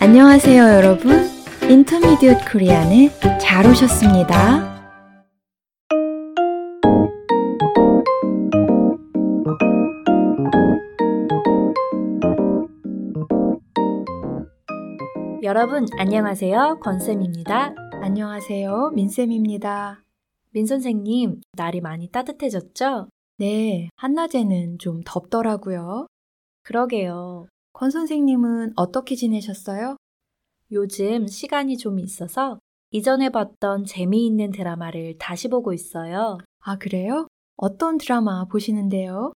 안녕하세요, 여러분. 인터미디엇 코리안에 잘 오셨습니다. 여러분 안녕하세요 권쌤입니다. 안녕하세요, 민쌤입니다. 민 선생님 날이 많이 따뜻해졌죠? 네, 한낮에는 좀 덥더라고요. 그러게요. 권 선생님은 어떻게 지내셨어요? 요즘 시간이 좀 있어서 이전에 봤던 재미있는 드라마를 다시 보고 있어요. 아, 그래요? 어떤 드라마 보시는데요?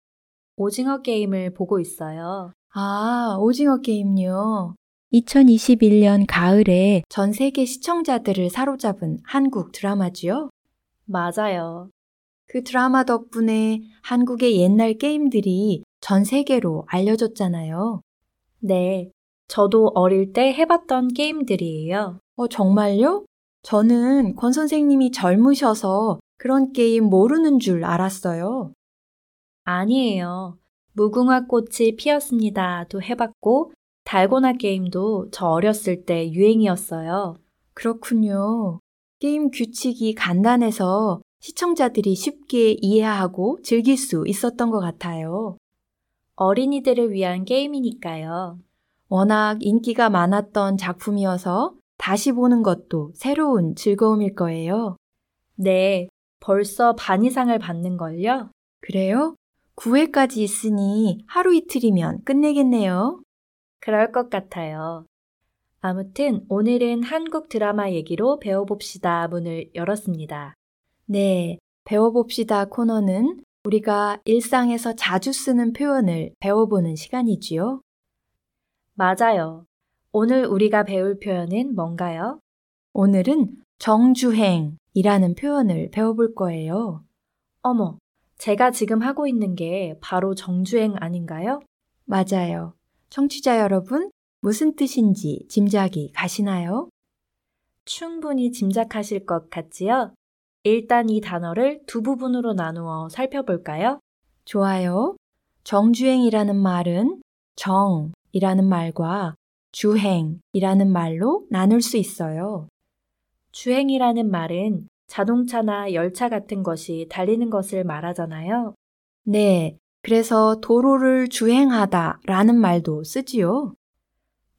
오징어 게임을 보고 있어요. 아, 오징어 게임요. 2021년 가을에 전 세계 시청자들을 사로잡은 한국 드라마지요? 맞아요. 그 드라마 덕분에 한국의 옛날 게임들이 전 세계로 알려졌잖아요. 네. 저도 어릴 때 해봤던 게임들이에요. 어, 정말요? 저는 권 선생님이 젊으셔서 그런 게임 모르는 줄 알았어요. 아니에요. 무궁화 꽃이 피었습니다도 해봤고, 달고나 게임도 저 어렸을 때 유행이었어요. 그렇군요. 게임 규칙이 간단해서 시청자들이 쉽게 이해하고 즐길 수 있었던 것 같아요. 어린이들을 위한 게임이니까요. 워낙 인기가 많았던 작품이어서 다시 보는 것도 새로운 즐거움일 거예요. 네, 벌써 반 이상을 받는걸요? 그래요? 9회까지 있으니 하루 이틀이면 끝내겠네요. 그럴 것 같아요. 아무튼 오늘은 한국 드라마 얘기로 배워봅시다 문을 열었습니다. 네, 배워봅시다 코너는 우리가 일상에서 자주 쓰는 표현을 배워보는 시간이지요. 맞아요. 오늘 우리가 배울 표현은 뭔가요? 오늘은 정주행이라는 표현을 배워볼 거예요. 어머, 제가 지금 하고 있는 게 바로 정주행 아닌가요? 맞아요. 청취자 여러분, 무슨 뜻인지 짐작이 가시나요? 충분히 짐작하실 것 같지요? 일단 이 단어를 두 부분으로 나누어 살펴볼까요? 좋아요. 정주행이라는 말은 정이라는 말과 주행이라는 말로 나눌 수 있어요. 주행이라는 말은 자동차나 열차 같은 것이 달리는 것을 말하잖아요. 네. 그래서 도로를 주행하다 라는 말도 쓰지요.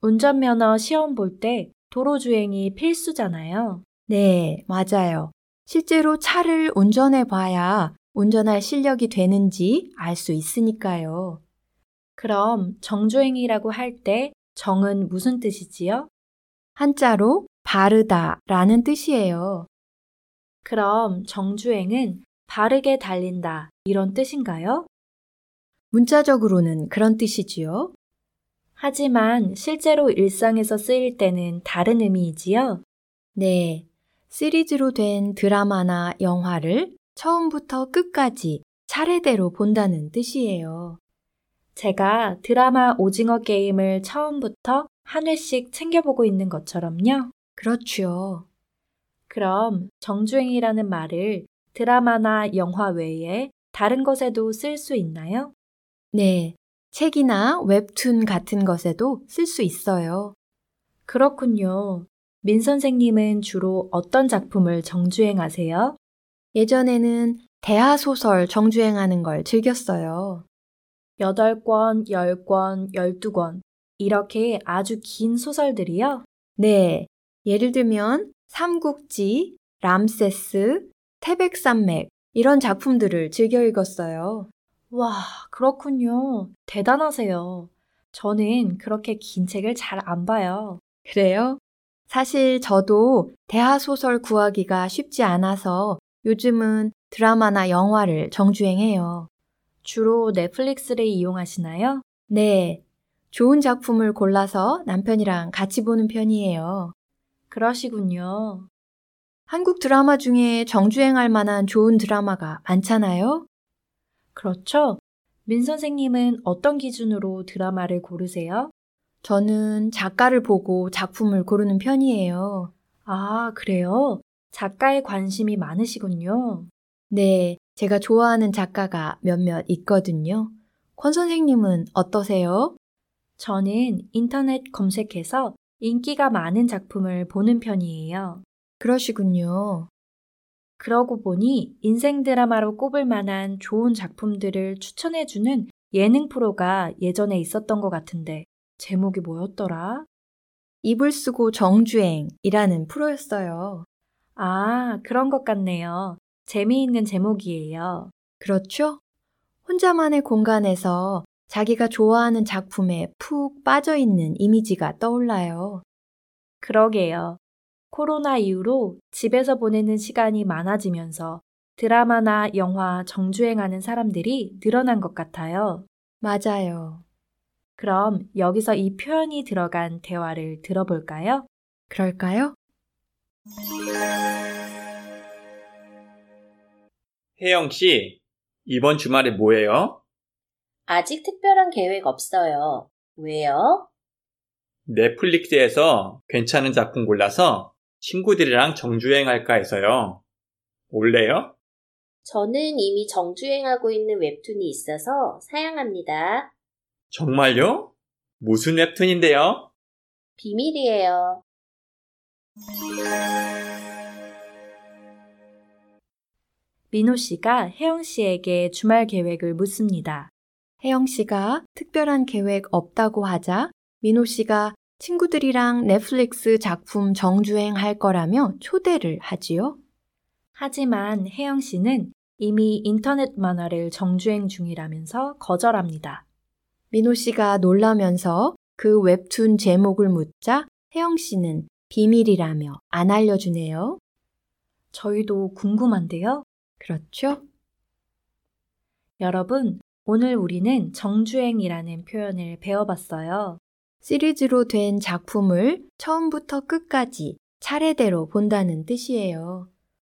운전면허 시험 볼 때 도로주행이 필수잖아요. 네, 맞아요. 실제로 차를 운전해 봐야 운전할 실력이 되는지 알 수 있으니까요. 그럼 정주행이라고 할 때 정은 무슨 뜻이지요? 한자로 바르다 라는 뜻이에요. 그럼 정주행은 바르게 달린다 이런 뜻인가요? 문자적으로는 그런 뜻이지요. 하지만 실제로 일상에서 쓰일 때는 다른 의미이지요? 네. 시리즈로 된 드라마나 영화를 처음부터 끝까지 차례대로 본다는 뜻이에요. 제가 드라마 오징어 게임을 처음부터 한 회씩 챙겨보고 있는 것처럼요. 그렇죠. 그럼 정주행이라는 말을 드라마나 영화 외에 다른 것에도 쓸 수 있나요? 네. 책이나 웹툰 같은 것에도 쓸 수 있어요. 그렇군요. 민 선생님은 주로 어떤 작품을 정주행하세요? 예전에는 대하 소설 정주행하는 걸 즐겼어요. 8권, 10권, 12권. 이렇게 아주 긴 소설들이요? 네. 예를 들면 삼국지, 람세스, 태백산맥 이런 작품들을 즐겨 읽었어요. 와, 그렇군요. 대단하세요. 저는 그렇게 긴 책을 잘 안 봐요. 그래요? 사실 저도 대하 소설 구하기가 쉽지 않아서 요즘은 드라마나 영화를 정주행해요. 주로 넷플릭스를 이용하시나요? 네. 좋은 작품을 골라서 남편이랑 같이 보는 편이에요. 그러시군요. 한국 드라마 중에 정주행할 만한 좋은 드라마가 많잖아요? 그렇죠? 민 선생님은 어떤 기준으로 드라마를 고르세요? 저는 작가를 보고 작품을 고르는 편이에요. 아, 그래요? 작가에 관심이 많으시군요. 네, 제가 좋아하는 작가가 몇몇 있거든요. 권 선생님은 어떠세요? 저는 인터넷 검색해서 인기가 많은 작품을 보는 편이에요. 그러시군요. 그러고 보니 인생 드라마로 꼽을 만한 좋은 작품들을 추천해주는 예능 프로가 예전에 있었던 것 같은데 제목이 뭐였더라? 이불 쓰고 정주행이라는 프로였어요. 아, 그런 것 같네요. 재미있는 제목이에요. 그렇죠? 혼자만의 공간에서 자기가 좋아하는 작품에 푹 빠져 있는 이미지가 떠올라요. 그러게요. 코로나 이후로 집에서 보내는 시간이 많아지면서 드라마나 영화 정주행하는 사람들이 늘어난 것 같아요. 맞아요. 그럼 여기서 이 표현이 들어간 대화를 들어볼까요? 그럴까요? 혜영 씨, 이번 주말에 뭐예요? 아직 특별한 계획 없어요. 왜요? 넷플릭스에서 괜찮은 작품 골라서 친구들이랑 정주행 할까 해서요. 올래요? 저는 이미 정주행하고 있는 웹툰이 있어서 사양합니다. 정말요? 무슨 웹툰인데요? 비밀이에요. 민호 씨가 혜영 씨에게 주말 계획을 묻습니다. 혜영 씨가 특별한 계획 없다고 하자 민호 씨가 친구들이랑 넷플릭스 작품 정주행 할 거라며 초대를 하지요. 하지만 혜영 씨는 이미 인터넷 만화를 정주행 중이라면서 거절합니다. 민호 씨가 놀라면서 그 웹툰 제목을 묻자 혜영 씨는 비밀이라며 안 알려주네요. 저희도 궁금한데요. 그렇죠? 여러분, 오늘 우리는 정주행이라는 표현을 배워봤어요. 시리즈로 된 작품을 처음부터 끝까지 차례대로 본다는 뜻이에요.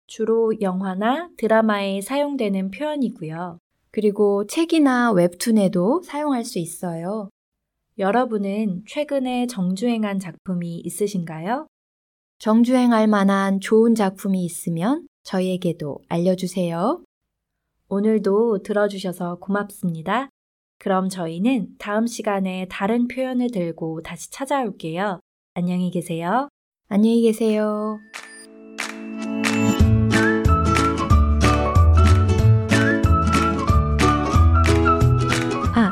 주로 영화나 드라마에 사용되는 표현이고요. 그리고 책이나 웹툰에도 사용할 수 있어요. 여러분은 최근에 정주행한 작품이 있으신가요? 정주행할 만한 좋은 작품이 있으면 저희에게도 알려주세요. 오늘도 들어주셔서 고맙습니다. 그럼 저희는 다음 시간에 다른 표현을 들고 다시 찾아올게요. 안녕히 계세요. 안녕히 계세요. 아,